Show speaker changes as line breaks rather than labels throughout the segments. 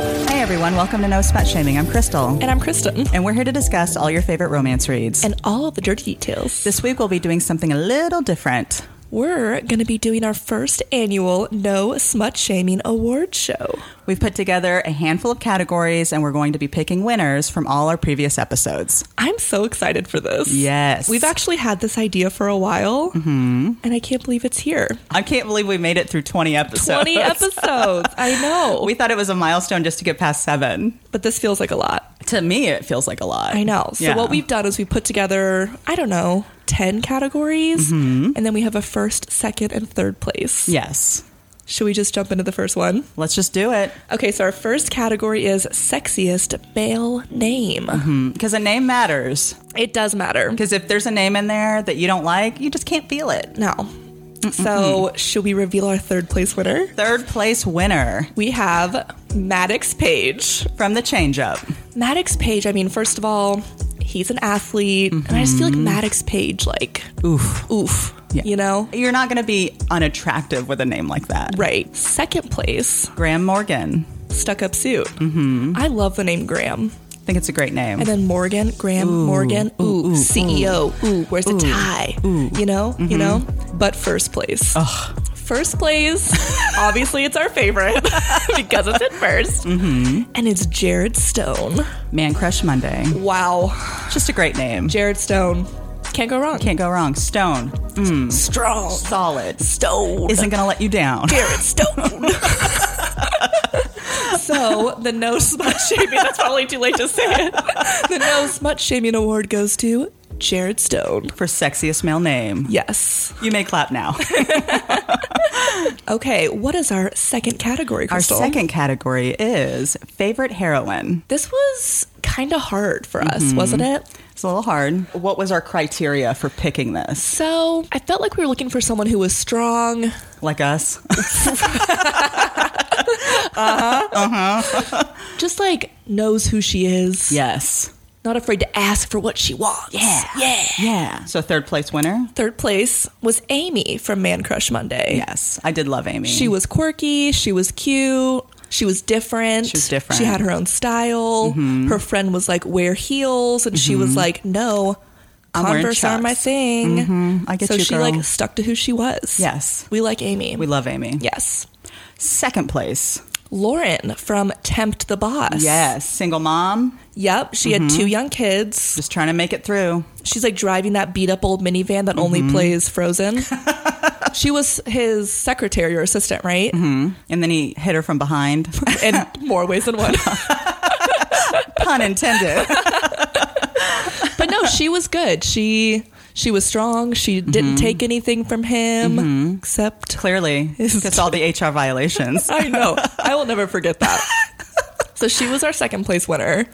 everyone. Welcome to No Smut Shaming. I'm Crystal.
And I'm Kristen.
And we're here to discuss all your favorite romance reads.
And all the dirty details.
This week we'll be doing something a little different.
We're going to be doing our first annual No Smut Shaming Award Show.
We've put together a handful of categories and we're going to be picking winners from all our previous episodes.
I'm so excited for this.
Yes. Mm-hmm.
We've actually had this idea for a while, and I can't believe it's here.
I can't believe we made it through 20 episodes.
20 episodes. I know.
We thought it was a milestone just to get past seven.
but this feels like a lot.
To me, it feels like a lot.
I know. So,
Yeah.
what we've done is we put together, I don't know, 10 categories,
Mm-hmm.
and then we have a first, second, and third place.
Yes.
Should we just jump into the first one?
Let's just do it.
Okay, so our first category is sexiest male
Mm-hmm.
name.
Because a name matters.
It does matter.
Because if there's a name in there that you don't like, you just can't feel it.
No. So, should we reveal our third place winner?
Third place winner
We have Maddox Page.
from the change up.
Maddox Page, I mean, first of all, he's an athlete, and I just feel like Maddox Page, like,
Oof.
oof, you know?
You're not going to be unattractive with a name like that.
Right. Second place,
Graham Morgan.
Stuck Up Suit. Mm-hmm. I love the name Graham.
I think it's a great name.
And then Morgan, Graham, Morgan, ooh, CEO, ooh, Mm-hmm. where's the tie? You know, you know? But first place. First place, obviously it's our favorite because it's in 1st And it's Jared Stone.
Man Crush Monday.
Wow.
Just a great name.
Jared Stone. Can't go wrong.
Can't go wrong. Stone.
Strong.
Solid.
Stone.
Isn't going to let you down.
Jared Stone. so the no smut shaming, that's probably too late to say it. The no smut shaming award goes to Jared Stone.
For sexiest male name.
Yes.
You may clap now.
Okay, what is our second category,
Our
Crystal?
second category is favorite heroine.
This was kind of hard for us,
Mm-hmm.
wasn't it?
It's a little hard. What was our criteria for picking this?
So I felt like we were looking for someone who was strong.
Like us?
Just like knows who she is,
yes.
not afraid to ask for what she wants. Yeah. Yeah.
Yeah. So third place winner?
Third place was Amy from Man Crush Monday.
Yes. I did love Amy.
She was quirky, she was cute, she was different. She
was different. Mm-hmm.
She had her own style. Her friend was like, wear heels, and she was like, no,
I'm wearing
Converse
chucks."
are
Mm-hmm.
my thing.
I get
so
you,
she
girl.
like stuck to who she was.
Yes.
We like Amy.
We love Amy.
yes.
Second place.
Lauren from Tempt the Boss.
Yes. Mm-hmm. Single mom,
Yep. She had two young kids.
just trying to make it through.
She's like driving that beat up old minivan that
Mm-hmm.
only plays Frozen. she was his secretary or assistant, right?
And then he hit her from behind.
In more ways than one.
Pun intended.
but no, she was good. She she was strong. She
Mm-hmm.
didn't take anything from him except
Clearly, it's all the HR violations.
I know. I will never forget that. so she was our second place winner.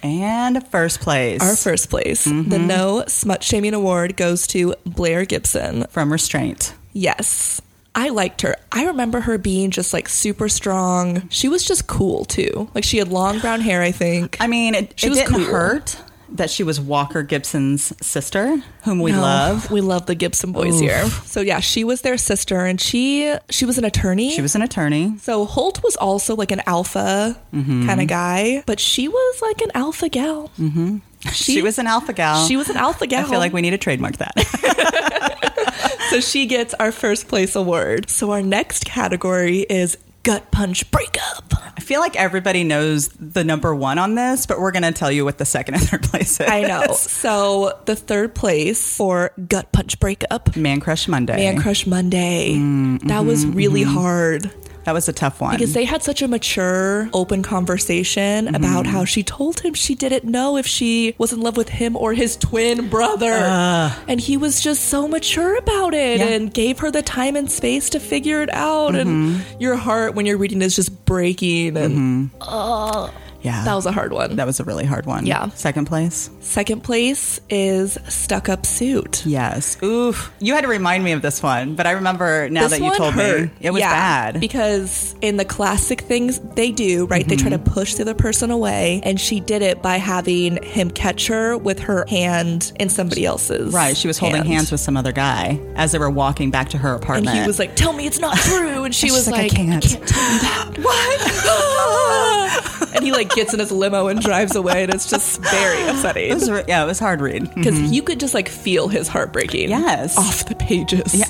And first place
Our first place.
Mm-hmm.
The No Smut Shaming Award goes to Blair Gibson.
from restraint.
Yes. I liked her. I remember her being just like super strong. She was just cool too. Like she had long brown hair, I think.
I mean, it,
She
it
was
didn't
cool.
hurt that she was Walker Gibson's sister, whom we
No,
love.
We love the Gibson boys here. So yeah, she was their sister and she she was an attorney.
She was an attorney.
So Holt was also like an alpha
Mm-hmm.
kind of guy, but she was like an alpha gal. Mm-hmm.
She, was an alpha gal.
she was an alpha gal.
I feel like we need to trademark that.
so she gets our first place award. So our next category is gut punch breakup.
I feel like everybody knows the number one on this, but we're going to tell you what the second and third place is.
I know. So the third place for gut punch breakup.
Man Crush Monday.
Man Crush Monday. that was really hard
that was a tough one.
because they had such a mature, open conversation about how she told him she didn't know if she was in love with him or his twin brother. and he was just so mature about it
Yeah.
and gave her the time and space to figure it out. And your heart when you're reading is just breaking. And
yeah.
that was a hard one.
That was a really hard one.
Yeah.
Second place?
Second place is Stuck Up Suit.
Yes. Oof. You had to remind me of this one, but I remember now that you told me it was
Yeah,
bad.
Because in the classic things they do, right? They
Mm-hmm.
try to push the other person away, and she did it by having him catch her with her hand in somebody else's.
Right. She was holding
hand.
hands with some other guy as they were walking back to her
And
apartment.
he was like, "Tell me it's not true," and she
And she's
was
like, "I
like,
can't."
tell you that." what? "Ah!" and he like gets in his limo and drives away, and it's just very upsetting.
It was, re- yeah, it was hard read.
because you could just like feel his heart breaking.
Yes.
Off the pages.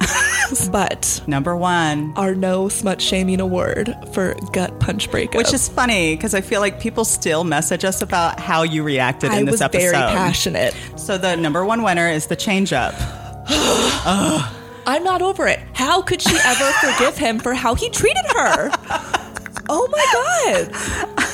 but
Number one,
our no smut shaming award for gut punch breakup.
which is funny because I feel like people still message us about how you reacted
I
in this
was
episode.
very passionate.
So the number one winner is the change up.
I'm not over it. How could she ever forgive him for how he treated her? Oh my God.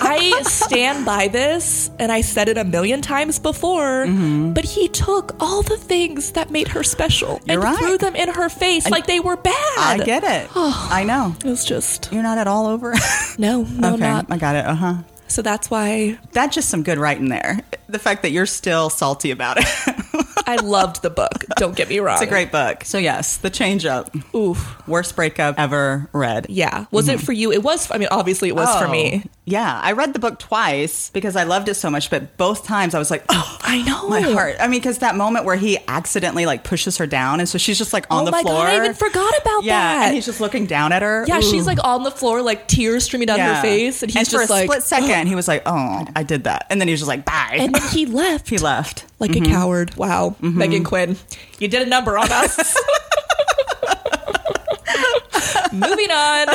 I stand by this, and I said it a million times before,
Mm-hmm.
but he took all the things that made her special
You're
and
right.
threw them in her face like they were bad.
I get it. I know.
It was just,
You're not at all over. it.
Oh. no, no,
okay,
not.
I got it. Uh huh.
So that's why
That's just some good writing there. The fact that you're still salty about it.
I loved the book. Don't get me wrong.
It's a great book. So yes, the change up.
Oof.
Worst breakup ever read.
Yeah. Was it for you? It was. I mean, obviously, it was for
Oh,
me.
Yeah, I read the book twice because I loved it so much, but both times I was like, oh,
I know.
my heart. I mean, because that moment where he accidentally like pushes her down, and so she's just like on
oh
the
my
floor.
god! I even forgot about
yeah,
that.
and he's just looking down at her.
yeah,
Ooh.
she's like on the floor, like tears streaming down
Yeah.
her face, and he's
for
just
a
like,
split second, he was like, oh, I did that, and then he was just like, bye.
and then he left.
he left.
like a coward. Mm-hmm. Wow, Megan Quinn, you did a number on us. Moving on.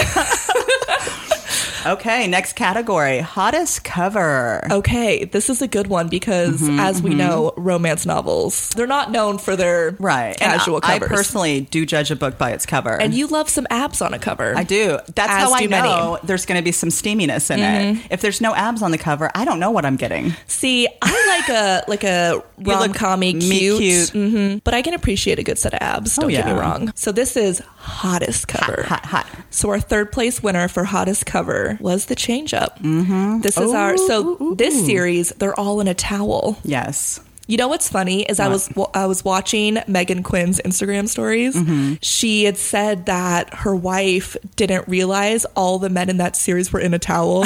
Okay, next category: hottest cover.
Okay, this is a good one because, as we know, romance novels—they're not known for their
Right,
casual
and I-
covers.
I personally do judge a book by its cover,
and you love some abs on a cover.
I do. That's
As
how I
do many. Mm-hmm.
know there's going to be some steaminess in it. If there's no abs on the cover, I don't know what I'm getting.
See, I like a like a rom
look
com cute,
meat cute. Oh,
hmm but I can appreciate a good set of abs. Don't get
yeah.
me wrong. So this is hottest cover.
Hot, hot.
So our third place winner for hottest cover was the change up. Mm-hmm. This is our so this series they're all in a towel.
Yes.
You know what's funny is I was I was watching Megan Quinn's Instagram stories.
Mm-hmm.
She had said that her wife didn't realize all the men in that series were in a towel.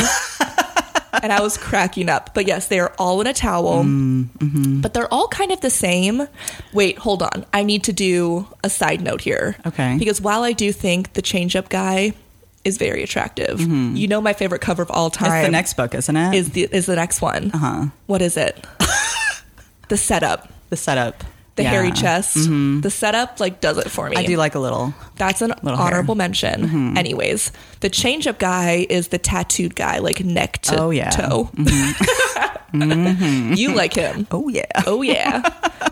and I was cracking up. But yes, they are all in a towel.
Mm, mm-hmm.
But they're all kind of the same. Wait, hold on. I need to do a side note here.
Okay.
Because while I do think the change up guy is very attractive. You know my favorite cover of all time
Mm-hmm. It's the next book, isn't it?
is the is the next one. Uh-huh. is it? the setup,
the setup.
the
Yeah. Mm-hmm.
hairy chest, the setup like does it for me.
I do like a little.
That's an
Little hair. Mm-hmm.
honorable mention. Anyways, the change up guy is the tattooed guy, like neck to
Oh, yeah. Mm-hmm.
toe. you like him.
Oh yeah.
Oh yeah,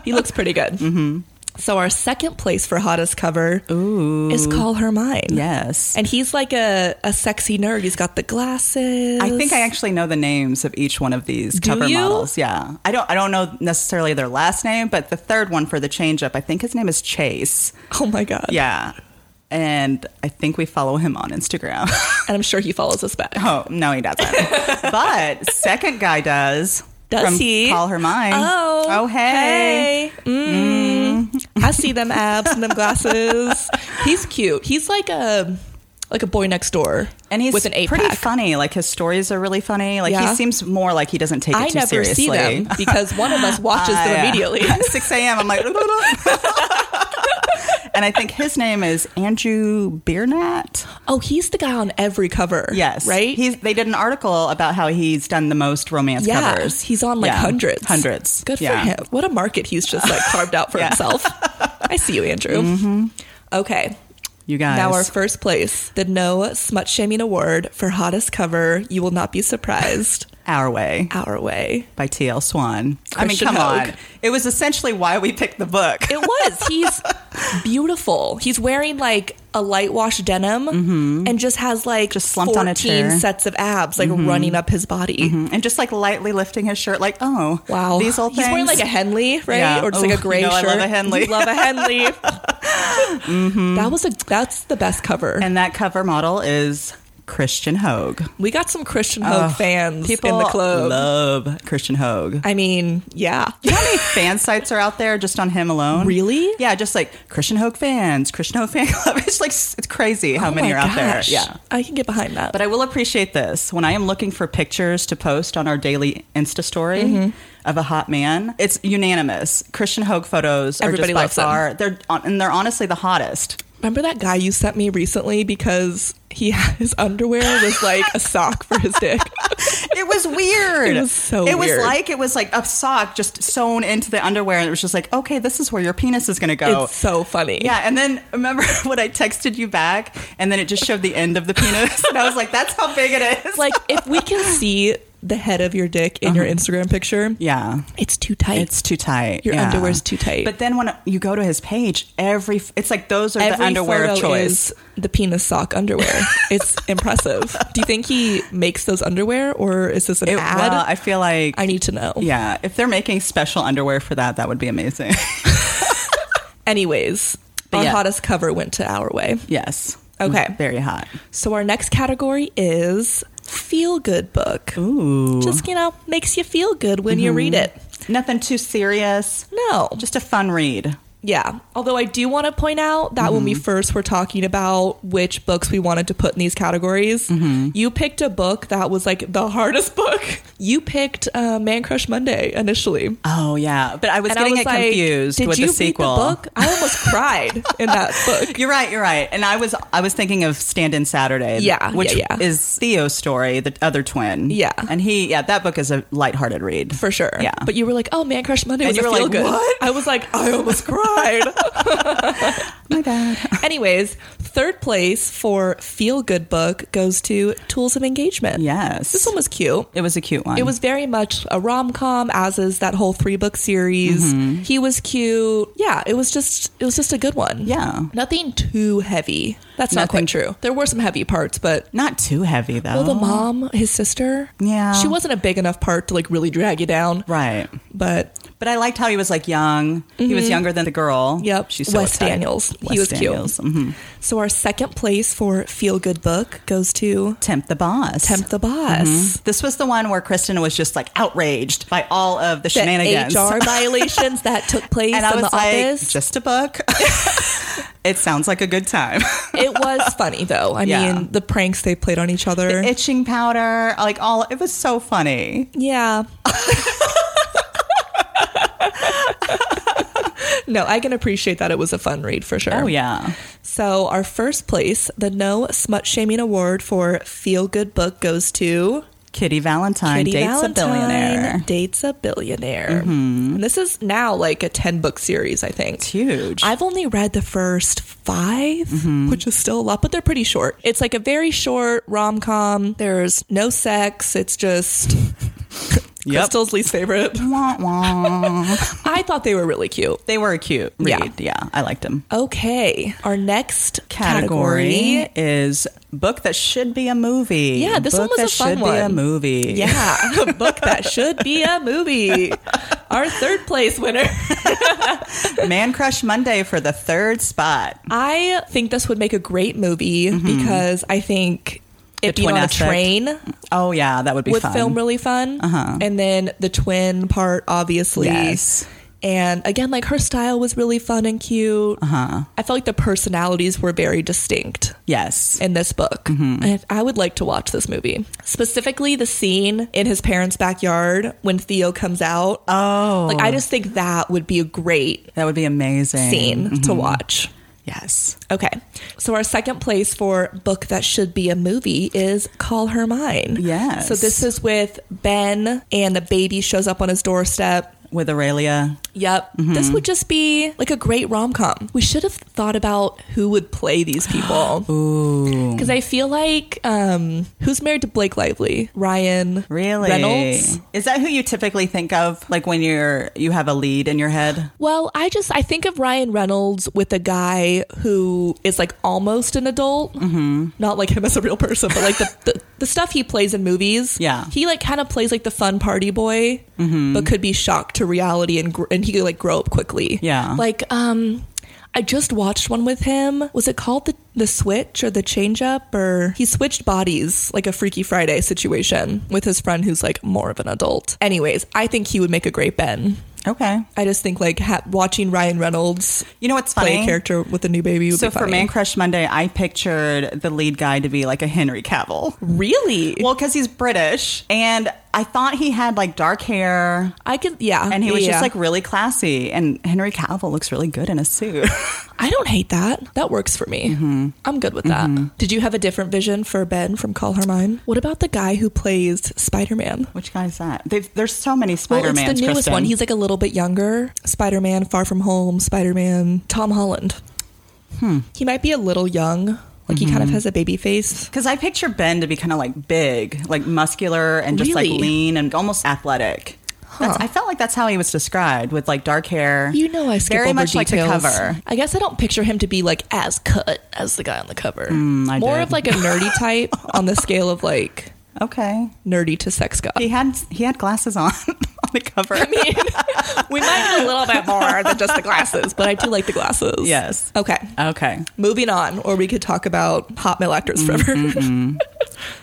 he looks pretty good.
Mm-hmm.
So our second place for hottest cover is Call Her Mine.
Yes.
And he's like a, a sexy nerd. He's got the glasses.
I think I actually know the names of each one of these
Do
cover
you?
models. Yeah. I don't I don't know necessarily their last name, but the third one for the change up, I think his name is Chase.
Oh my god.
Yeah. And I think we follow him on Instagram.
And I'm sure he follows us back.
oh, no he doesn't. but second guy does.
Does
from
he?
Call her mine.
Oh,
Oh hey.
hey. Mm. I see them abs and them glasses. He's cute. He's like a like a boy next door,
And he's
with an eight
pretty
pack.
funny. Like his stories are really funny. Like
Yeah.
he seems more like he doesn't take it
I
too
never
seriously.
see them because one of us watches
Uh,
them
yeah.
immediately.
At 6 a.m. I'm like, and I think his name is Andrew Biernat.
Oh, he's the guy on every cover.
Yes.
right.
He's, they did an article about how he's done the most romance
yeah,
covers.
he's on like
Yeah.
hundreds,
Hundreds.
Good
Yeah.
for him. What a market he's just like carved out for
Yeah. Mm-hmm.
himself. I see you, Andrew. Okay,
You guys.
Now our first place, the No Smut Shaming Award for hottest cover. You will not be surprised.
Our Way
Our way.
by T.L. Swan. I mean,
Christian
come
Hogue.
on. It was essentially why we picked the book.
It was. He's beautiful. He's wearing like a light wash denim and just has like
Mm-hmm. Just slumped on a
14
chair. Mm-hmm.
sets of abs like running up his body.
and just like lightly lifting his shirt, like, oh,
Wow.
these old
He's wearing
things.
like a Henley, right?
Yeah.
Or just like
Ooh,
a gray
you know I
shirt.
love a Henley.
You love a Henley. That was a that's the best cover.
Mm-hmm. And that cover model is Christian Hogue.
we got some Christian Hogue fans in the club.
love Christian Hogue.
I mean, yeah.
Do you know how many fan sites are out there just on him alone?
Really?
Yeah, just like Christian Hogue fans, Christian Hogue fan club. It's like it's crazy how
Oh
many
my
are out
gosh.
there. Yeah.
I can get behind that.
But I will appreciate this. When I am looking for pictures to post on our daily Insta story
Mm-hmm.
of a hot man, it's unanimous. Christian Hogue photos are
Everybody
just by
loves them.
far they're on, and they're honestly the hottest.
Remember that guy you sent me recently because he his underwear was like a sock for his dick.
It was was weird.
It was so
It
weird.
was like it was like a sock just sewn into the underwear, and it was just like, okay, this is where your penis is going to go.
It's so funny.
yeah, and then remember when I texted you back, and then it just showed the end of the penis, and I was like, "That's how big it is."
Like if we can see the head of your dick in your Instagram picture,
yeah,
it's too tight.
Uh-huh. It's too tight.
Your underwear's too tight.
But then when you go to his page, every it's like those are the
Every
underwear of
photo
choice.
is the penis sock underwear. it's impressive. Do you think he makes those underwear, or is this an
It-
ad?
well, I feel like
I need to know.
yeah, if they're making special underwear for that, that would be amazing.
Anyways,
But
our
yeah.
hottest cover went to our way.
yes.
Okay.
Very hot.
So our next category is feel good book.
Ooh. Mm-hmm.
Just you know, makes you feel good when you read it.
Nothing too serious.
No,
Just a fun read.
Yeah. Although I do want to point out that when we
Mm-hmm.
first were talking about which books we wanted to put in these categories,
Mm-hmm.
you picked a book that was like the hardest book. You picked uh, Man Crush Monday initially.
Oh yeah, but I was getting it
like,
confused
Did
with
you
the
read
sequel.
book? I almost cried in that book.
You're right. You're right. And I was I was thinking of Stand In Saturday.
Yeah,
which
yeah, yeah.
is Theo's story, the other twin.
Yeah.
and he yeah that book is a lighthearted read
For sure.
Yeah.
But you were like, oh, Man Crush Monday
And
was
you
a
were
feel
like,
good.
what?
I was like, I almost cried.
My bad.
Anyways, third place for feel good book goes to Tools of Engagement.
Yes.
This one was cute.
It was a cute one.
It was very much a rom com, as is that whole three book series.
Mm-hmm.
He was cute. Yeah, it was just it was just a good one.
Yeah.
nothing too heavy. That's not
Nothing-
quite true. There were some heavy parts, but
not too heavy though.
well, the mom, his sister,
Yeah.
she wasn't a big enough part to like really drag you down.
right.
But
But I liked how he was like young. He was younger than the girl.
Mm-hmm. yep,
She's so
Wes
excited.
Daniels.
Wes
he was
Daniels. Mm-hmm.
cute. So our second place for feel good book goes to
Tempt the boss.
Tempt the Boss.
This was the one where Kristen was just like outraged by all of the,
The
shenanigans.
HR violations that took place
and
in
I was
the
like,
office.
just a book. it sounds like a good time.
it was funny though. I
Yeah.
mean, the pranks they played on each other.
Itching powder, like all. It was so funny.
yeah. no, I can appreciate that it was a fun read for sure.
Oh yeah,
So, our first place, the No Smut Shaming Award for Feel Good Book goes to
Kitty Valentine
Kitty
dates
Valentine,
a billionaire. Mm-hmm.
Dates a Billionaire. And this is now like a 10 book series, I think.
It's huge.
I've only read the first 5 which is still a lot, but they're pretty short. It's like a very short rom com. There's no sex. It's just
Yep.
Crystal's least favorite.
Wah, wah.
I thought they were really cute.
they were a cute
Yeah.
read. Yeah, I liked them.
Okay, our next
Category,
category.
is book that should be a movie.
Yeah, this one
book
was
that
a fun
should
one.
be a movie.
Yeah, a book that should be a movie. Our third place winner.
Man Crush Monday for the third spot.
I think this would make a great movie because I think it
The
being
twin
on
aspect.
a train
Oh yeah, that would be
would
fun.
film really fun.
Uh-huh.
And then the twin part, obviously.
Yes.
And again, like her style was really fun and cute. Uh-huh. I felt like the personalities were very distinct.
yes.
in this book.
Mm-hmm.
And I would like to watch this movie. Specifically, the scene in his parents' backyard when Theo comes out.
oh,
Like, I just think that would be a great
that would be amazing.
scene
mm-hmm.
to watch.
Yes.
Okay. So, our second place for book that should be a movie is Call Her Mine.
Yes.
So, this is with Ben and the baby shows up on his doorstep.
With Aurelia.
Yep.
Mm-hmm.
This would just be like a great rom com. We should have thought about who would play these people.
Ooh.
Because I feel like um, who's married to Blake Lively? Ryan
Really?
Reynolds.
Is that who you typically think of like when you're you have a lead in your head?
Well, I just I think of Ryan Reynolds with a guy who is like almost an adult, mm-hmm. not like him as a real person, but like the, the the stuff he plays in movies.
Yeah. Mm-hmm.
he like kind of plays like the fun party boy, but could be shocked to reality and gr- and he could like grow up quickly.
Yeah.
like um. I just watched one with him. Was it called the the switch or the change up or he switched bodies like a Freaky Friday situation with his friend who's like more of an adult. Anyways, I think he would make a great Ben.
Okay.
I just think like ha- watching Ryan Reynolds
You know what's funny?
play a character with a new baby would
So
be
for
funny.
Man Crush Monday, I pictured the lead guy to be like a Henry Cavill.
really?
Well, because he's British, and I thought he had like dark hair
I could, yeah.
and he was
yeah.
just like really classy. And Henry Cavill looks really good in a suit.
I don't hate that. That works for me.
Mm-hmm.
I'm good with that. Did you have a different vision for Ben from Call Her Mine? What about the guy who plays Spider Man?
Which guy is that? They've, there's so many
Well,
Spider
it's
Mans.
the newest one. He's like a little bit younger. Spider Man, Far From Home, Spider Man, Tom Holland. Hmm. He might be a little young. Like he
Mm-hmm.
kind of has a baby face.
because I picture Ben to be kind of like big, like muscular, and just
Really?
like lean and almost athletic. That's, I felt like that's how he was described, with like dark hair.
You know, I skip
very
over
much
details.
like the cover.
I guess I don't picture him to be like as cut as the guy on the cover.
Mm, I
More
did.
of like a nerdy type on the scale of like
Okay,
nerdy to sex god.
he had he had glasses on on the cover.
I mean, we might need a little bit more than just the glasses, but I do like the glasses.
Yes.
Okay.
Okay,
Moving on, or we could talk about hot male actors forever.
Mm-hmm,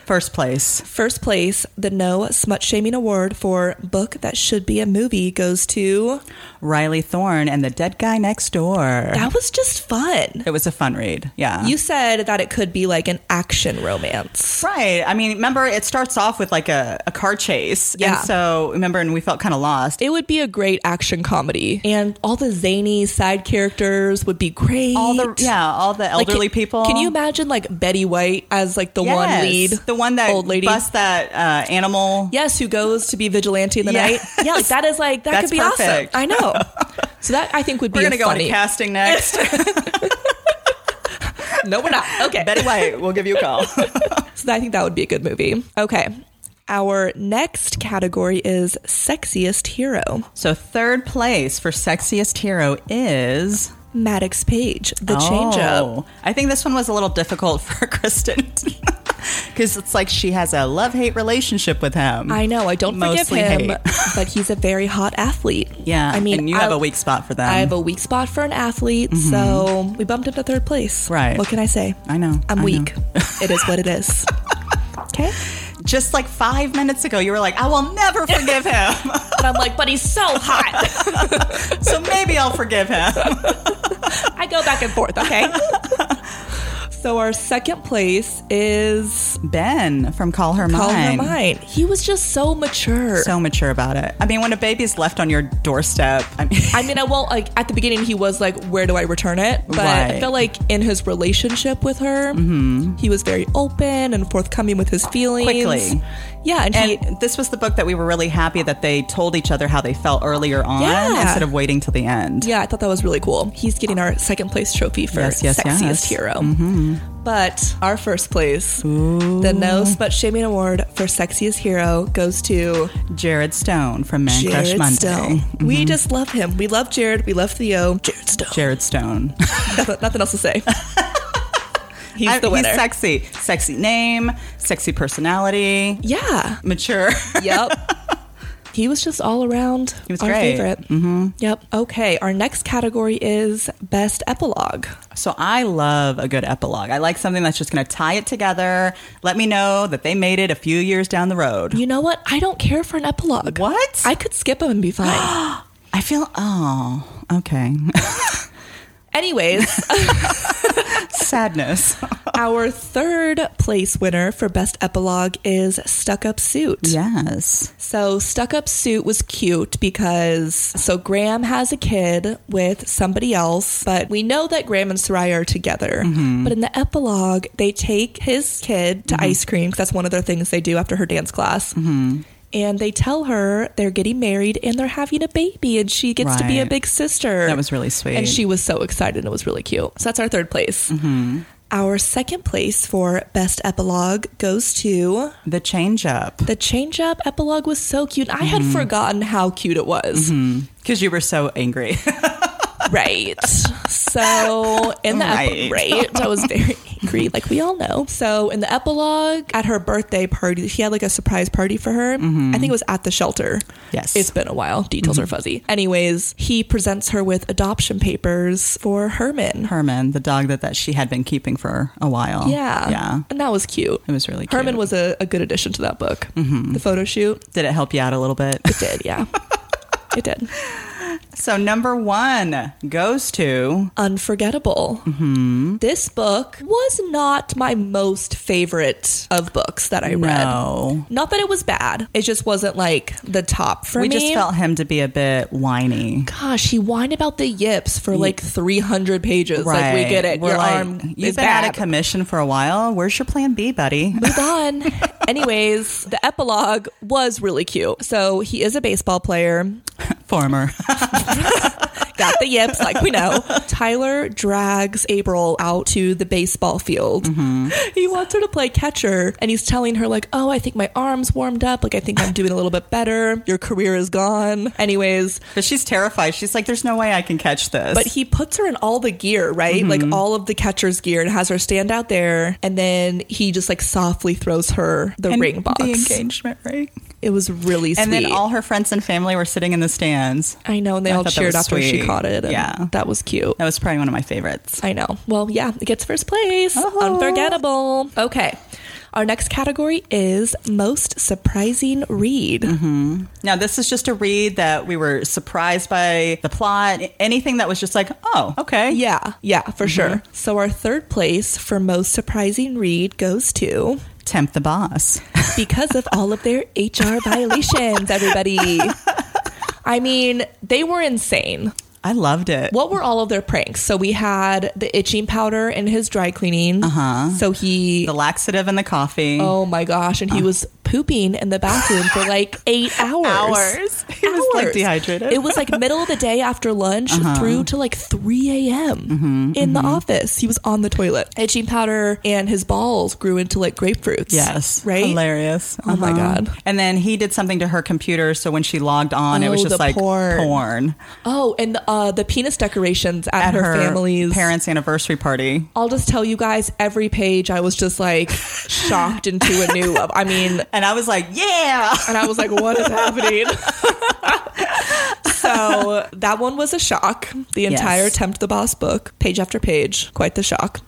first place.
First place, the No Smut Shaming Award for Book That Should Be a Movie goes to.
Riley Thorne and the dead guy next door.
That was just fun.
It was a fun read. Yeah.
You said that it could be like an action romance.
Right. I mean, remember, it starts off with like a, a car chase.
Yeah.
And so, remember, and we felt kind of lost.
It would be a great action comedy, and all the zany side characters would be great.
all the, yeah, all the
Like,
elderly
can-
people.
Can you imagine like Betty White as like the one
Yes.
lead,
The one that
old lady?
busts that uh, animal.
Yes, who goes to be vigilante in the
Yes.
night? Yeah, like that is like that
That's
could be
perfect.
awesome. I know. So that I think would
We're
be
going to
a
go
funny.
into casting next.
no, we're not. Okay,
Betty White, we'll give you a call.
so I think that would be a good movie. Okay, our next category is sexiest hero.
so, third place for Sexiest Hero is.
Maddox Page, The Change Up.
Oh. I think this one was a little difficult for Kristen. Because it's like she has a love hate relationship with him.
I know. I don't
Mostly
forgive him,
hate.
but he's a very hot athlete.
Yeah.
I mean,
and you have
I-
a weak spot for them.
I have a weak spot for an athlete, so we bumped him to third place.
Right.
What can I say?
I know.
I'm
I
weak.
know.
it is what it is. Okay.
Just like five minutes ago, you were like, I will never forgive him.
But I'm like, but he's so hot.
so maybe I'll forgive him.
I go back and forth, okay? so our second place is
Ben from Call Her
Call Her
Mine.
Mine. He was just so mature.
So mature about it. I mean, when a baby's left on your doorstep, I mean,
I mean, I won't like at the beginning. He was like, "Where do I return it?" But I
Right. Mm-hmm.
feel like in his relationship with her, he was very open and forthcoming with his feelings.
Quickly.
yeah, and, he,
and this was the book that we were really happy that they told each other how they felt earlier on
Yeah.
instead of waiting till the end.
yeah, I thought that was really cool. He's getting our second place trophy for
Yes, yes,
sexiest
yes. Mm-hmm.
hero. But our first place, the No
Mm.
Smut Shaming Award for sexiest hero, goes to
Jared Stone from Man Crush
Jared
Monday. Mm-hmm.
Stone. We just love him. We love Jared. We love Theo. Jared Stone.
Jared Stone.
nothing, nothing else to say. he's
I-
the winner.
He's sexy. Sexy name, sexy personality,
yeah.
mature.
Yep. He was just all around
He was
our
great.
favorite. Mm-hmm. Yep. Okay. Our next category is best epilogue.
So I love a good epilogue. I like something that's just going to tie it together. Let me know that they made it a few years down the road.
You know what? I don't care for an epilogue.
What?
I could skip him and be fine.
I feel oh, okay.
Anyways,
Sadness.
our third place winner for best epilogue is Stuck Up Suit.
Yes.
So Stuck Up Suit was cute because so Graham has a kid with somebody else, but we know that Graham and Soraya are together.
Mm-hmm.
But in the epilogue, they take his kid to ice cream 'cause that's one of their things they do after her dance class.
Mm-hmm.
And they tell her they're getting married and they're having a baby, and she gets to be a
Right.
big sister.
That was really sweet. Mm-hmm.
And she was so excited and it was really cute. So that's our third place. Our second place for best epilogue goes to
The change up.
the change up epilogue was so cute. I had
Mm-hmm.
forgotten how cute it was.
Because you were so angry.
Right. So in the epi-
Right.
right, I was very angry, like we all know. So in the epilogue, at her birthday party, he had like a surprise party for her. I think it was at the shelter.
Mm-hmm. Yes. Mm-hmm.
It's been a while. Details are fuzzy. Anyways, he presents her with adoption papers for Herman.
Herman, the dog that, that she had been keeping for a while.
Yeah.
Yeah.
And that was cute.
It was really cute. Mm-hmm.
Herman was a, a good addition to that book. The photo shoot.
Did it help you out a little bit?
It did, yeah. it did.
So number one goes to
Unforgettable.
Mm-hmm.
This book was not my most favorite of books that I read.
no.
Not that it was bad. It just wasn't like the top for
We
me.
just felt him to be a bit whiny.
gosh, he whined about the yips for like 300 pages. Like, we get it.
We're
Your
like,
arm
You've
is
been
bad.
out of commission for a while. Where's your plan B, buddy?
Move on. Anyways, the epilogue was really cute. So he is a baseball player.
Former.
got the yips, like we know. Tyler drags April out to the baseball field.
Mm-hmm.
He wants her to play catcher, and he's telling her, like, oh, I think my arm's warmed up. Like, I think I'm doing a little bit better. Your career is gone. Anyways,
But she's terrified. She's like, there's no way I can catch this.
but he puts her in all the gear, right?
Mm-hmm.
Like all of the catcher's gear and has her stand out there. And then he just like softly throws her the
And
ring box.
The engagement ring.
It was really sweet.
And then all her friends and family were sitting in the stands.
I know, and they
I
all
thought that
cheered
was
after she
sweet.
caught it. And
Yeah.
That was cute.
That was probably one of my favorites.
I know. Well, yeah, it gets first place.
Oh.
Unforgettable. Okay. Our next category is most surprising read.
Now, this is just a read that we were surprised by the plot, anything that was just like, oh, okay.
Yeah, yeah, for sure. So our third place for most surprising read goes to
Tempt the boss.
because of all of their HR violations, everybody. I mean, they were insane.
I loved it.
What were all of their pranks? So we had the itching powder in his dry cleaning. Uh-huh. So he
The laxative and the coffee.
Oh my
Ah.
gosh. And he was pooping in the bathroom for like eight hours.
Hours. He was, like,
Hours.
dehydrated. Uh-huh.
It was like middle of the day after lunch through to like 3 a.m.
Mm-hmm,
in the office. He was on the toilet. Itching powder and his balls grew into like grapefruits.
Yes.
Right?
Hilarious.
Oh my
Uh-huh.
God.
And then he did something to her computer. So when she logged on, it was
Oh,
just
the
like
porn.
porn.
Oh, and uh, the penis decorations at,
At
her, family's.
parents' anniversary party.
I'll just tell you guys, every page I was just like shocked into a new love. I mean,
And I was like, yeah.
And I was like, what is happening? so that one was a shock. The
Yes.
entire Tempt the Boss book, page after page, quite the shock.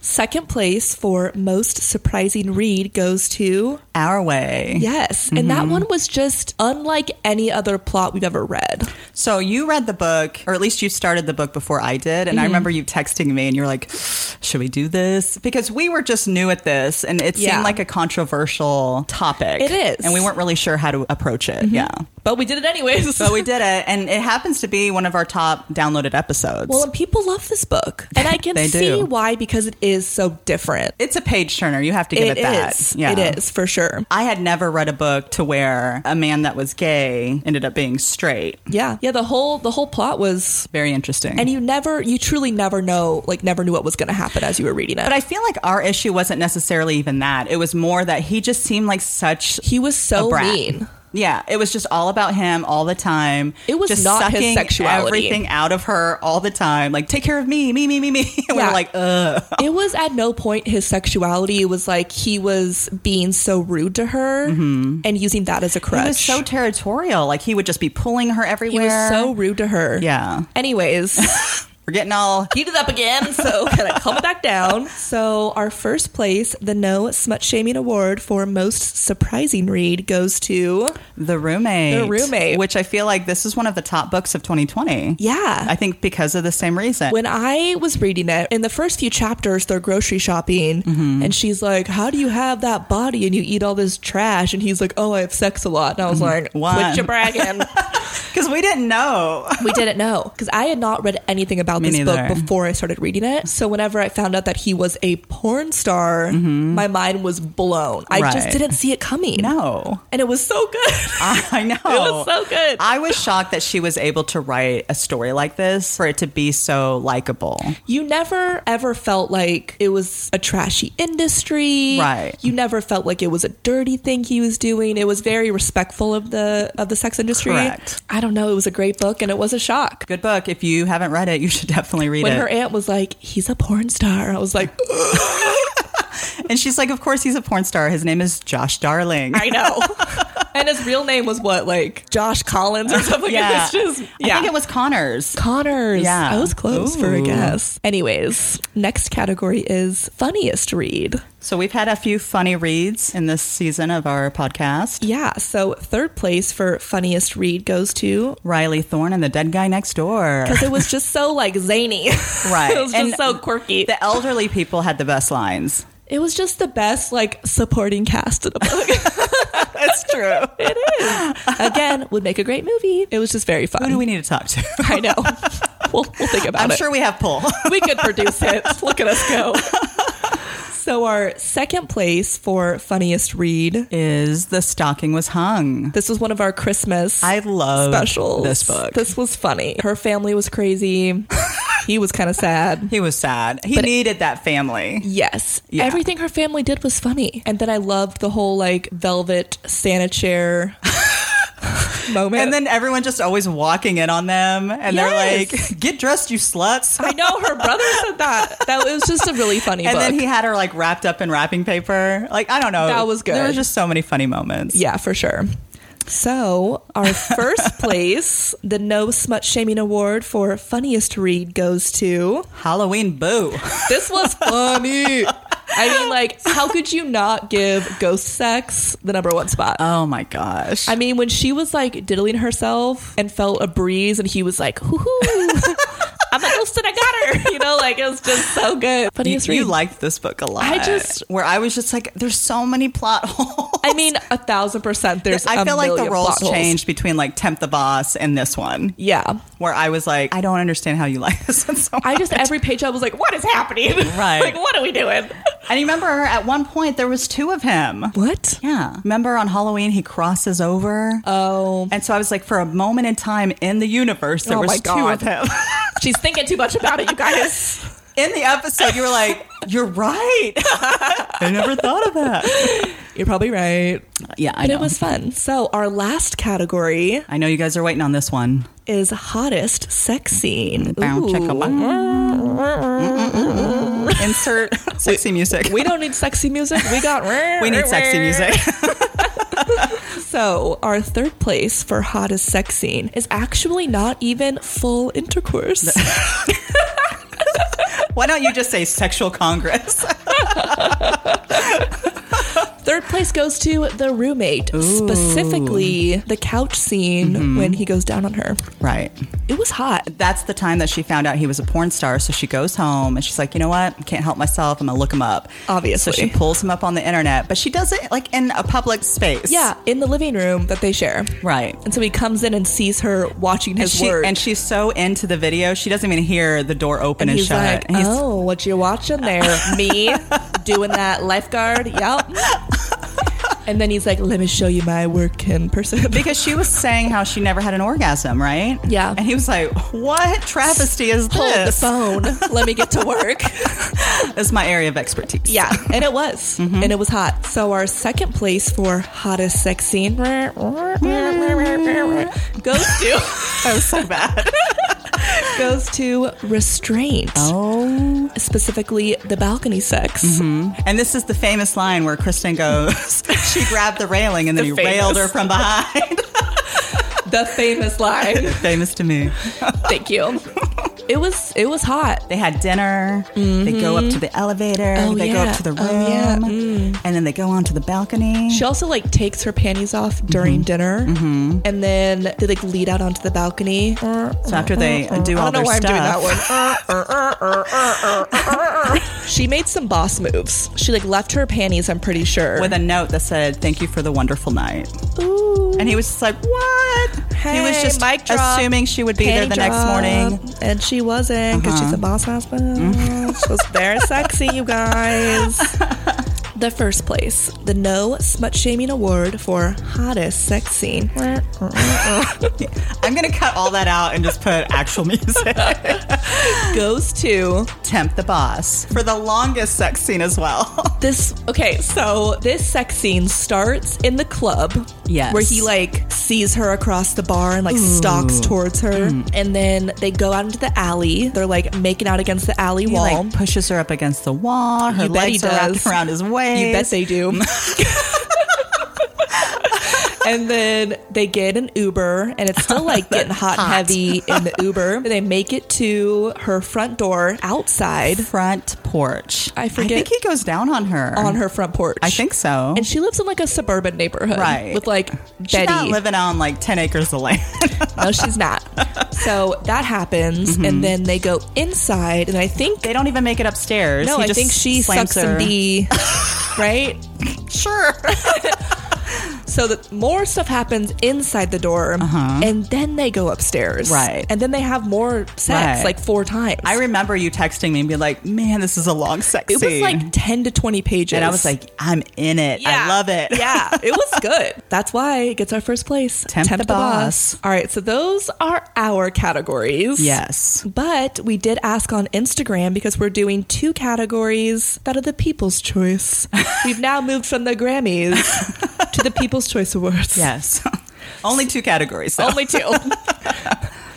Second place for most surprising read goes to
Our way.
Yes. And
Mm-hmm.
that one was just unlike any other plot we've ever read.
So you read the book, or at least you started the book before I did,
Mm-hmm.
and I remember you texting me and you're like, "Should we do this?" Because we were just new at this, and it
Yeah.
seemed like a controversial topic.
It is. Mm-hmm.
and we weren't really sure how to approach it. Yeah,
But we did it anyways.
but we did it, and it happens to be one of our top downloaded episodes.
well, and people love this book. And I can
They
see
do.
why because it is so different.
it's a page turner. You have to give it, that.
is. It is for sure.
I had never read a book to where a man that was gay ended up being straight.
Yeah. Yeah, the whole the whole plot was
Very interesting.
and you never you truly never know like never knew what was going to happen as you were reading it
but I feel like our issue wasn't necessarily even that. It was more that he just seemed like such
he was so
a brat.
mean
Yeah, it was just all about him all the time.
It was
just
not his
sucking
sexuality.
Everything out of her all the time. Like, take care of me, me, me, me, me. And we
Yeah.
were like, ugh.
it was at no point his sexuality it was like he was being so rude to her and using that as a crutch
Mm-hmm. He was so territorial. Like he would just be pulling her
He
everywhere.
was so rude to her
yeah.
anyways
We're getting all
heat it up again so can i calm it back down so our first place the no smut shaming award for most surprising read goes to
the roommate.
The Roommate.
Which I feel like this is one of the top books of 2020.
yeah
I think because of the same reason.
when I was reading it, in the first few chapters, they're grocery shopping,
Mm-hmm.
and she's like, "How do you have that body and you eat all this trash?" And he's like, "Oh, I have sex a lot." And I was like,
One.
"Quit your bragging."
Because we didn't know.
we didn't know because I had not read anything about
Me
this
neither.
book before I started reading it. So whenever I found out that he was a porn star, my mind was blown. I just
Mm-hmm. Right.
didn't see it coming.
No.
And it was so good.
I know. It
was so good.
I was shocked that she was able to write a story like this for it to be so likable.
You never ever felt like it was a trashy industry.
Right.
You never felt like it was a dirty thing he was doing. It was very respectful of the of the sex industry.
Correct.
I don't know, it was a great book and it was a shock.
Good book. If you haven't read it, you should definitely read
When
it.
her aunt was like, "He's a porn star." I was like,
and she's like, Of course, he's a porn star. His name is Josh Darling.
"I know." and his real name was what, like Josh Collins or something.
Yeah.
Yeah. It's just, yeah.
I think it was Connors.
Connors.
Yeah.
I was close for a
Ooh.
guess. Anyways, next category is funniest read.
So we've had a few funny reads in this season of our podcast.
Yeah. So third place for funniest read goes to
Riley Thorne and the dead guy next door.
because it was just so like zany.
Right.
it was just
And
so quirky.
The elderly people had the best lines.
it was just the best like supporting cast of the book.
That's true.
it is. Again, would make a great movie. It was just very
Who do
fun.
we need to talk to?
I know. We'll, we'll think about
I'm
it.
sure we have pull.
we could produce it. Look at us go. So our second place for funniest read.
Is the stocking was hung.
This was one of our Christmas
I love
specials.
this book.
This was funny. Her family was crazy. he was kind of sad.
He was sad. He
But-
needed that family.
Yes.
Yeah.
Everything her family did was funny. And then I loved the whole like velvet Santa chair moment.
And then everyone just always walking in on them and
Yes.
they're like, get dressed, you sluts.
I know her brother said that. That was just a really funny
And
book.
then he had her like wrapped up in wrapping paper. Like, I don't know.
That was good.
There were just so many funny moments.
Yeah, for sure. So, our first place, the No Smut Shaming Award for Funniest Read goes to.
Halloween Boo.
This was funny. I mean, like, how could you not give Ghost Sex the number one spot?
Oh my gosh.
I mean, when she was like diddling herself and felt a breeze, and he was like, hoo hoo, I'm a ghost and I got her. You know, like, it was just so good.
you,
Funniest
you
Read.
liked this book a lot.
I just-
where I was just like, there's so many plot holes.
I mean, a thousand percent. There's
I
a
feel like the
million plot
roles
holes.
changed between like Tempt the Boss and this one,
Yeah.
where I was like, I don't understand how you like this one so much.
I just every page I was like, what is happening?
Right.
like, what are we doing?
and you remember at one point there was two of him.
What?
Yeah. Remember on Halloween he crosses over?
Oh,
and so I was like, for a moment in time in the universe, there
Oh my
was two
God.
of him.
she's thinking too much about it, you guys.
in the episode, you were like, you're right. I never thought of that.
You're probably right.
Yeah, I
But
know.
it was fun. So our last category
I know you guys are waiting on this one.
is hottest sex scene.
Bow,
Ooh.
chicka, bow. Insert sexy music.
We don't need sexy music. We got.
We need sexy music.
So our third place for hottest sex scene is actually not even full intercourse.
Why don't you just say sexual congress?
Third place goes to the roommate, specifically the couch scene
Mm-hmm.
when he goes down on her.
Right.
It was hot.
That's the time that she found out he was a porn star. So she goes home and she's like, you know what? I can't help myself. I'm going to look him up.
Obviously.
So she pulls him up on the internet, but she does it like in a public space.
Yeah, in the living room that they share.
Right.
And so he comes in and sees her watching
And,
his
she,
work.
and she's so into the video, she doesn't even hear the door open and,
he's
shut.
like,
And he's-
"Oh, what you watching there? Me doing that lifeguard? Yup." And then he's like, "Let me show you my work in person."
Because she was saying how she never had an orgasm, right?
Yeah.
And he was like, What travesty is
Hold the
this?
phone. Let me get to work.
This is my area of expertise.
Yeah, and it was, and it was hot. So our second place for hottest sex scene goes to
That was so bad.
goes to restraint,
Oh.
specifically the balcony sex.
And this is the famous line where Kristen goes, She grabbed the railing and then
The
he railed her
famous.
from behind.
The famous line.
famous to me.
Thank you. It was it was hot.
They had dinner. They go up to the elevator.
Oh,
they go
yeah.
up to the room.
Oh, yeah.
And then they go onto the balcony.
She also like takes her panties off during dinner, and then they like lead out onto the balcony.
so after they do
I
all
don't know
their
why
stuff.
I'm doing that one. she made some boss moves. She like left her panties. I'm pretty sure.
with a note that said, "Thank you for the wonderful night,"
Ooh,
and he was just like, "What?" he was
Hey,
just
mic drop.
assuming she would be there
panty
the next
drop.
morning.
and she wasn't because she's a boss ass bitch. she was very sexy, you guys. The first place, the No Smut Shaming Award for hottest sex scene.
I'm gonna cut all that out and just put actual music.
goes to
Tempt the boss for the longest sex scene as well.
this. Okay, so this sex scene starts in the club.
Yes.
Where he like sees her across the bar and like stalks towards her. And then they go out into the alley. They're like making out against the alley
He
wall.
like pushes her up against the wall. Her
You bet he
legs are wrapped
does.
around his waist.
you bet they do. and then they get an Uber, and it's still like getting hot, and heavy in the Uber. They make it to her front door outside
front porch.
I forget-
I think he goes down on her.
on her front porch.
I think so.
And she lives in like a suburban neighborhood,
Right.
With like
She's
Betty.
not living on like ten acres of land.
no, she's not. So that happens,
Mm-hmm.
and then they go inside, and I think
they don't even make it upstairs.
no,
He
I
just
think she
slams
sucks some
her.
D, right?
Sure.
So that more stuff happens inside the dorm, and then they go upstairs,
Uh-huh. Right.
And then they have more sex,
Right.
like four times.
I remember you texting me and be like, "Man, this is a long sex
it was
scene."
like ten to twenty pages,
and I was like, "I'm in it. I love it."
yeah, it was good. That's why it gets our first place.
Tempt the boss.
All right, so those are our categories.
Yes.
But we did ask on Instagram because we're doing two categories that are the people's choice. We've now moved from the Grammys to the People's Choice Awards.
Yes. Only two categories. Though.
Only two.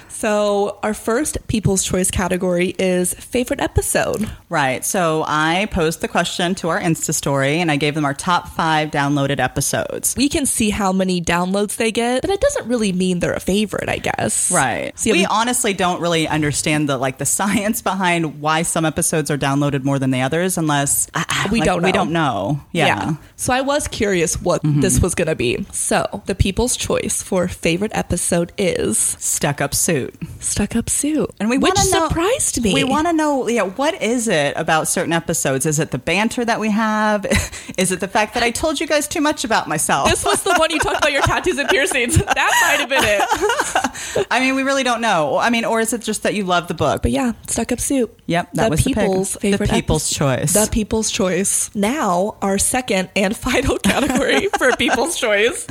so, our first People's Choice category is favorite episode.
Right. So I posed the question to our Insta story and I gave them our top five downloaded episodes.
We can see how many downloads they get, but it doesn't really mean they're a favorite, I guess.
Right.
So, yeah,
we
we-
honestly don't really understand the like the science behind why some episodes are downloaded more than the others, unless
We
like,
don't
Uh, We
know.
don't know. Yeah.
So I was curious what this was going to be. So, the people's choice for favorite episode is
Stuck up suit,
Stuck Up Sue.
and we
which
wanna know-
surprised me.
We want to know, yeah, what is it about certain episodes? Is it the banter that we have? is it the fact that I told you guys too much about myself?
This was the one you talked about your tattoos and piercings. That might have been it.
I mean, we really don't know. I mean, or is it just that you love the book?
But yeah, Stuck Up Sue.
Yep, that
the
was the pick.
people's
The
favorite
people's
episode-
choice.
The people's choice. Now, our second and final category for people's choice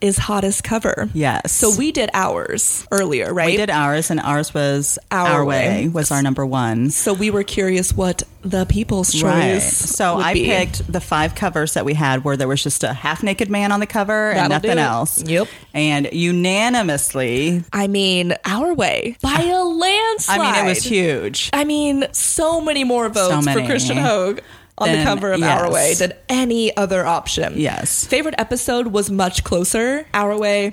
is hottest cover.
Yes.
So we did ours earlier, right?
We did ours, and ours was
Our
Our,
Way.
Way was our number one.
So we were curious what the people's choice.
So
would
I
be.
picked the five covers that we had where there was just a half naked man on the cover
That'll
and nothing
do it.
else.
Yep.
And unanimously,
I mean, our way by a
I
landslide.
mean, it was huge.
I mean, so many more votes for
many.
Christian Hogue on the
Than-
cover of Our
yes.
Way than any other option.
Yes.
Favorite episode was much closer. Our Way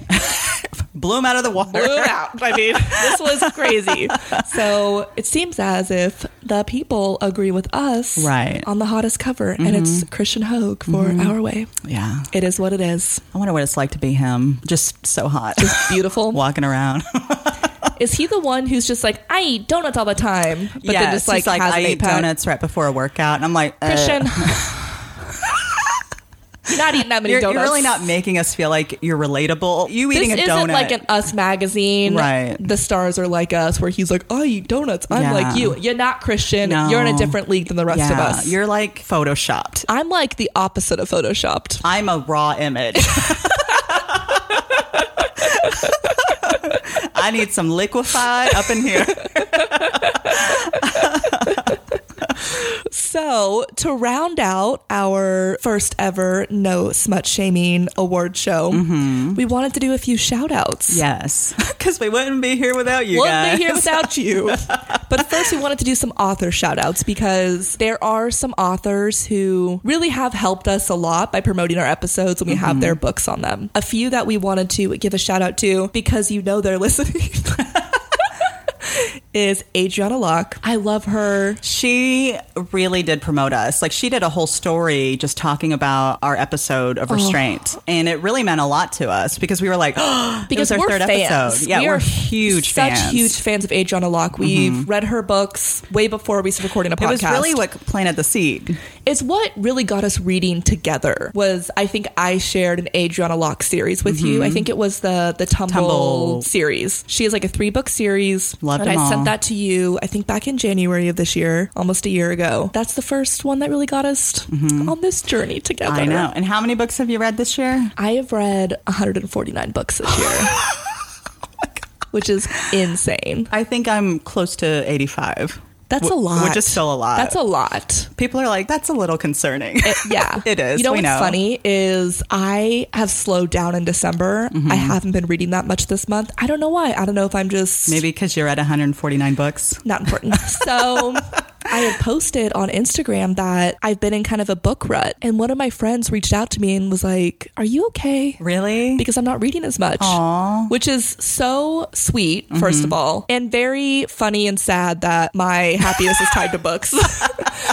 Blew him out of the water.
blew out. I mean, this was crazy. So it seems as if the people agree with us
Right. Mm-hmm.
on the hottest cover, and it's Christian Hogue for Our Way.
Yeah.
It is what it is.
I wonder what it's like to be him. Just so hot.
Beautiful.
Walking around.
Is he the one who's just like, I eat donuts all the time, but then
Yes,
just like,
he's like
has
I
an
eat
eight pack?
donuts right before a workout. And I'm like, uh,
Christian, you're not eating that many
you're, you're
donuts.
really not making us feel like you're relatable. You
This
eating
isn't
a donut.
like an Us magazine.
Right.
The stars are like us, where he's like, I eat donuts. I'm
Yeah.
like you. You're not Christian.
No.
You're in a different league than the rest
yeah,
of us.
You're like photoshopped.
I'm like the opposite of photoshopped.
I'm a raw image. I need some liquefied up in here.
So to round out our first ever no smut shaming award show,
Mm-hmm.
we wanted to do a few shout outs.
Yes. Because we wouldn't be here without you
Wouldn't
guys.
be here without you. But first, we wanted to do some author shout outs because there are some authors who really have helped us a lot by promoting our episodes and we have
Mm-hmm.
their books on them. A few that we wanted to give a shout out to because you know they're listening. Is Adriana Locke. I love her.
She really did promote us. Like she did a whole story just talking about our episode
Oh.
of restraint, and it really meant a lot to us because we were like, oh,
because
it was
we're
our third
fans.
episode. Yeah,
we
are
are
huge
such
fans. Mm-hmm.
huge fans of Adriana Locke. We've read her books way before we started recording a
It
podcast.
was really what planted the seed.
It's what really got us reading together. Was I think I shared an Adriana Locke series with you. I think it was the the Tumble,
Mm-hmm. Tumble.
series. She has like a three book series.
Loved
and
them
I sent
all.
that to you. I think back in January of this year, almost a year ago. That's the first one that really got us on this journey together.
Mm-hmm. I know. And how many books have you read this year?
I have read 149 books this year.
Oh
Which is insane.
I think I'm close to 85.
That's a
Wh-
lot.
Which is still a lot.
That's a lot.
People are like, that's a little concerning.
It- yeah,
It is.
You know
We
what's
know.
funny is I have slowed down in December.
Mm-hmm.
I haven't been reading that much this month. I don't know why. I don't know if I'm just
Maybe because you're at 149 books.
not important. So. I had posted on Instagram that I've been in kind of a book rut. And one of my friends reached out to me and was like, Are you okay?
Really?
Because I'm not reading as much. Which is so sweet,
Mm-hmm.
1st of all, and very funny and sad that my happiness is tied to books.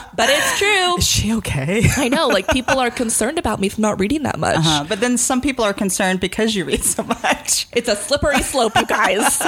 but it's true.
Is she okay?
I know, like people are concerned about me for not reading that much.
Uh, but then some people are concerned because you read so much.
It's a slippery slope, you guys.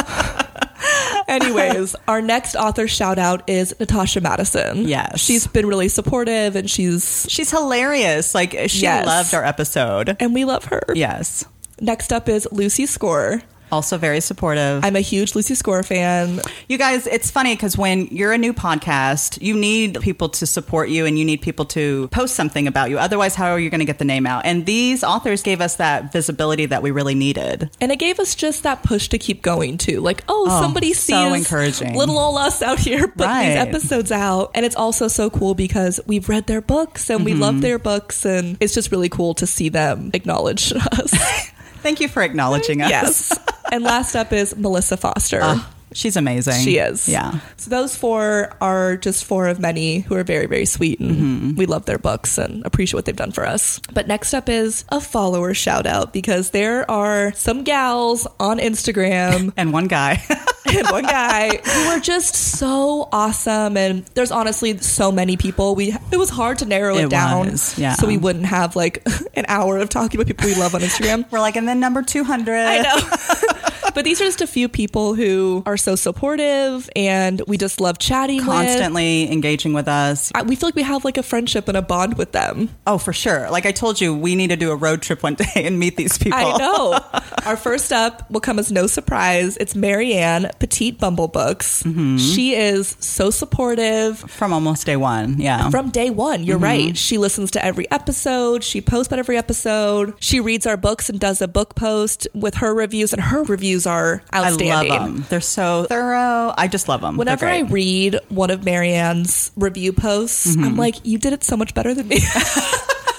Anyways, our next author shout out is Natasha Madison.
Yes.
She's been really supportive and she's
She's hilarious. Like she
Yes.
loved our episode.
and we love her.
Yes.
Next up is Lucy Score.
Also very supportive.
I'm a huge Lucy Score fan.
You guys, it's funny because when you're a new podcast, you need people to support you and you need people to post something about you. Otherwise, how are you going to get the name out? And these authors gave us that visibility that we really needed.
And it gave us just that push to keep going too. Like, oh, somebody sees
so encouraging.
little old us out here putting
Right.
these episodes out. And it's also so cool because we've read their books and we
Mm-hmm.
love their books. And it's just really cool to see them acknowledge us.
Thank you for acknowledging us.
yes. and last up is Melissa Foster.
Ah, she's amazing.
She is.
Yeah.
So those four are just four of many who are very, very sweet and
Mm-hmm.
we love their books and appreciate what they've done for us. But next up is a follower shout out because there are some gals on Instagram
And one guy.
and one guy who are just so awesome and there's honestly so many people. We it was hard to narrow it,
It
down.
was, yeah.
So we wouldn't have like an hour of talking about people we love on Instagram.
We're like, and then number 200.
I know. but these are just a few people who are so supportive and we just love chatting with.
Constantly engaging with us.
I- We feel like we have like a friendship and a bond with them.
Oh, for sure. Like I told you, we need to do a road trip one day and meet these people.
I know. Our first up will come as no surprise. It's Marianne Petite Bumble Books. She is so supportive.
From almost day one. Yeah.
From day one,
Mm-hmm.
you're right. She listens to every episode. She posts about every episode. She reads our books and does a book post with her reviews, and her reviews are
I
outstanding.
love them. They're so thorough. I just love them.
Whenever I read one of Marianne's review posts,
Mm-hmm.
I'm like, you did it so much better than me.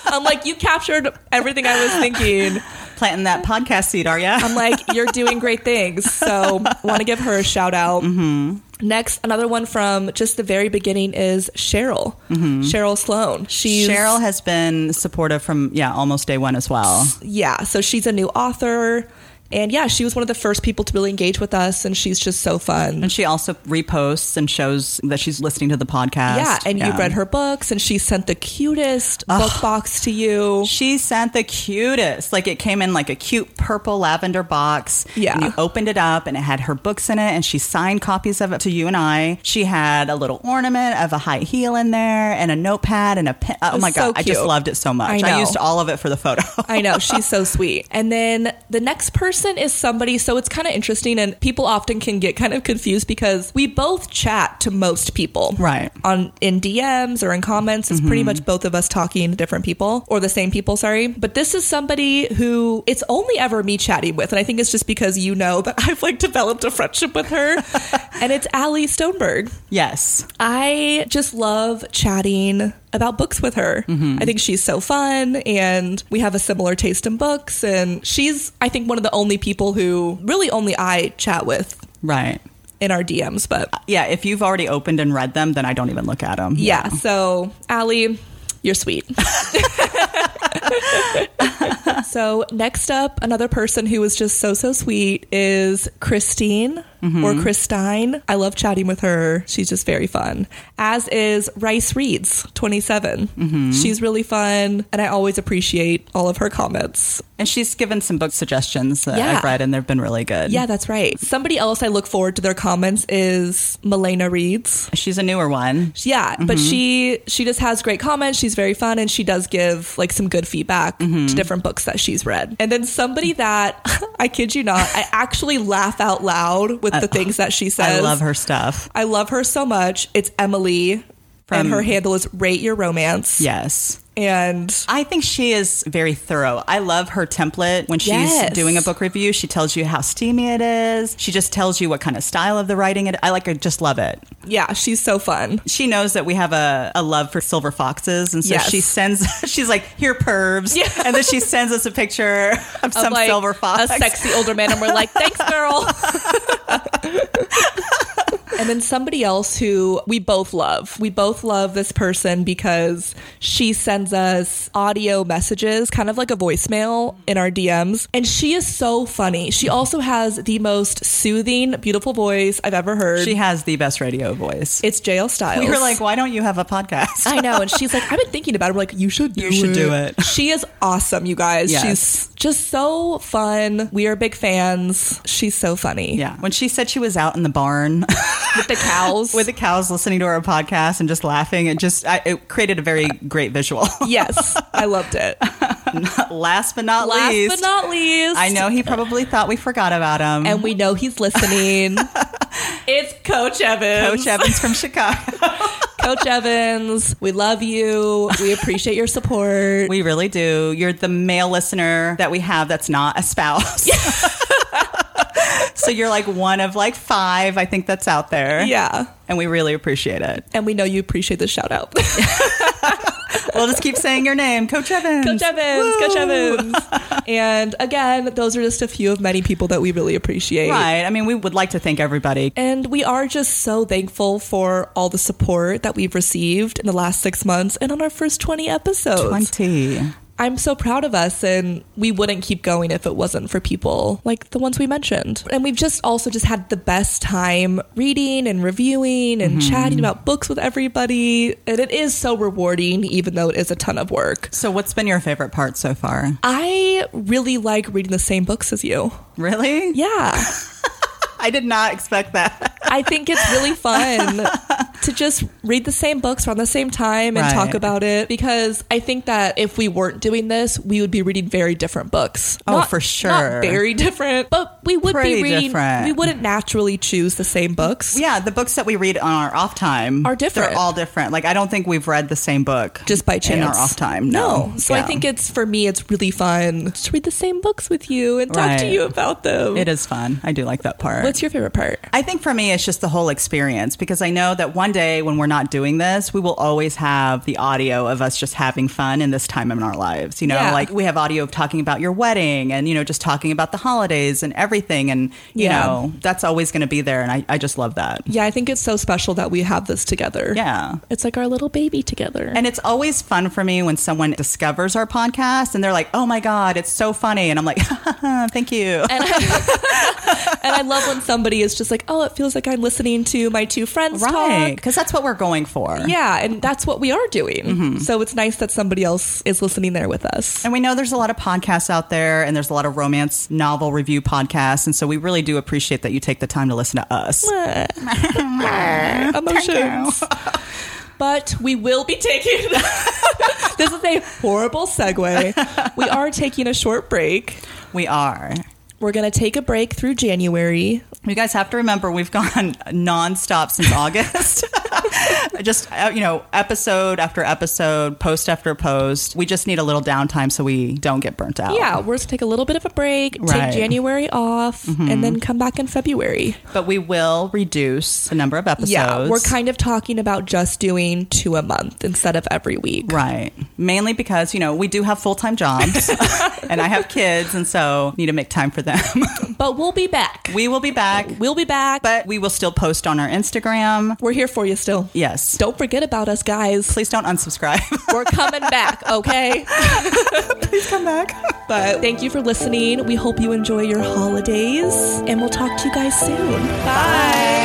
I'm like, you captured everything I was thinking.
planting that podcast seed, are ya?
I'm like, you're doing great things. So, want to give her a shout out.
Mm-hmm.
Next, another one from just the very beginning is Cheryl. Cheryl Sloan. She's
Mm-hmm. Cheryl has been supportive from yeah almost day one as well.
yeah, so she's a new author. And yeah, she was one of the first people to really engage with us, and she's just so fun.
And she also reposts and shows that she's listening to the podcast.
Yeah, and you've read her books, and she sent the cutest book box to you.
She sent the cutest. Like it came in like a cute purple lavender box.
Yeah.
And you opened it up and it had her books in it and she signed copies of it to you and I. She had a little ornament of a high heel in there and a notepad and a pen. Oh
was
my
so
God. I just
cute.
loved it so much.
I know.
used all of it for the photo.
I know, she's so sweet. And then the next person is somebody, so it's kind of interesting, and people often can get kind of confused because we both chat to most people.
Right.
On in DMs or in comments. It's pretty much both of us talking to different people or the same people, sorry. But this is somebody who it's only ever me chatting with, and I think it's just because you know that I've like developed a friendship with her. and it's Allie Stoneberg.
yes.
I just love chatting about books with her. I think she's so fun and we have a similar taste in books. And she's, I think, one of the only people who really only I chat with
Right.
in our DMs. But
Yeah. If you've already opened and read them, then I don't even look at them.
yeah, so Allie, you're sweet. so next up, another person who is just so, so sweet is Christine or Christine. I love chatting with her. She's just very fun. As is Rice Reads, 27. She's really fun, and I always appreciate all of her comments.
And she's given some book suggestions that
Yeah.
I've read and they've been really good.
Yeah, that's right. Somebody else I look forward to their comments is Milena Reads.
She's a newer one.
Yeah,
Mm-hmm.
but she she just has great comments. She's very fun, and she does give like some good feedback
Mm-hmm.
to different books that she's read. And then somebody that I kid you not, I actually laugh out loud with the things that she says.
I love her stuff.
I love her so much. It's Emily,
From-
and her handle is Rate Your Romance.
Yes.
and
I think she is very thorough. I love her template when she's
Yes.
doing a book review. She tells you how steamy it is. She just tells you what kind of style of the writing it. I like. I just love it.
yeah, she's so fun.
She knows that we have a, a love for silver foxes, and so
Yes.
she sends. She's like, "Here, pervs,"
Yeah.
and then she sends us a picture of
Of,
some
like,
silver fox.
a sexy older man, and we're like, thanks, girl. and then somebody else who we both love. We both love this person because she sends us audio messages, kind of like a voicemail in our DMs. And she is so funny. She also has the most soothing, beautiful voice I've ever heard.
She has the best radio voice.
it's JL Styles.
We were like, why don't you have a podcast?
I know. And she's like, I've been thinking about it. We're like, you should do
You should do it.
She is awesome, you guys.
Yes.
She's just so fun. We are big fans. She's so funny.
Yeah. When she said she was out in the barn
With the cows.
with the cows listening to our podcast and just laughing, it just I, it created a very great visual.
yes. I loved it.
Last but not
Last
least,
but not least.
I know he probably thought we forgot about him.
And we know he's listening. it's Coach Evans.
Coach E- Evans from Chicago.
Coach Evans, we love you. We appreciate your support.
we really do. You're the male listener that we have that's not a spouse. so you're like one of like five, I think, that's out there.
yeah.
And we really appreciate it.
And we know you appreciate the shout out.
We'll just keep saying your name, Coach Evans.
Coach Evans, Coach Evans. and again, those are just a few of many people that we really appreciate.
Right. I mean, we would like to thank everybody.
And we are just so thankful for all the support that we've received in the last six months and on our first 20 episodes.
20.
I'm so proud of us, and we wouldn't keep going if it wasn't for people like the ones we mentioned. And we've just also just had the best time reading and reviewing and chatting about books with everybody. And it is so rewarding, even though it is a ton of work.
So, what's been your favorite part so far?
I really like reading the same books as you.
Really?
Yeah.
I did not expect that.
I think it's really fun to just read the same books around the same time and
Right.
talk about it because I think that if we weren't doing this, we would be reading very different books.
Oh, for sure.
Not very different, but we would
Pretty
be reading.
different.
We wouldn't naturally choose the same books.
Yeah, the books that we read on our off time
Are different.
They're all different. Like, I don't think we've read the same book
Just by chance.
in our off time. No.
So I
Yeah.
think it's, for me, it's really fun to read the same books with you and talk to
Right.
you about them.
it is fun. I do like that part.
What's your favorite part?
I think for me, it's just the whole experience because I know that one day when we're not doing this, we will always have the audio of us just having fun in this time in our lives. You know,
Yeah.
like we have audio of talking about your wedding and, you know, just talking about the holidays and everything. And, you
Yeah.
know, that's always going to be there. And I, I just love that.
Yeah, I think it's so special that we have this together.
Yeah.
It's like our little baby together.
And it's always fun for me when someone discovers our podcast and they're like, oh my God, it's so funny. And I'm like, thank you.
And I, and I love when somebody is just like, oh, it feels like I'm listening to my two friends
Right.
talk.
Because that's what we're going for.
Yeah, and that's what we are doing.
Mm-hmm.
So it's nice that somebody else is listening there with us.
And we know there's a lot of podcasts out there and there's a lot of romance novel review podcasts. And so we really do appreciate that you take the time to listen to us.
Emotions. But we will be taking. this is a horrible segue. We are taking a short break.
We are.
We're going to take a break through January.
You guys have to remember we've gone nonstop since August. just, uh, you know, episode after episode, post after post. We just need a little downtime so we don't get burnt out.
Yeah, we're going to take a little bit of a break,
Oh. Right. Mm-hmm.
take January off, and then come back in February.
But we will reduce the number of episodes.
Yeah, we're kind of talking about just doing two a month instead of every week.
Right. Mainly because, you know, we do have full time jobs and I have kids. And so need to make time for them.
But we'll be back.
we will be back.
We'll be back.
but we will still post on our Instagram.
we're here for you still.
Yes.
Don't forget about us, guys.
Please don't unsubscribe.
We're coming back, okay?
Please come back.
But thank you for listening. We hope you enjoy your holidays, and we'll talk to you guys soon. Bye.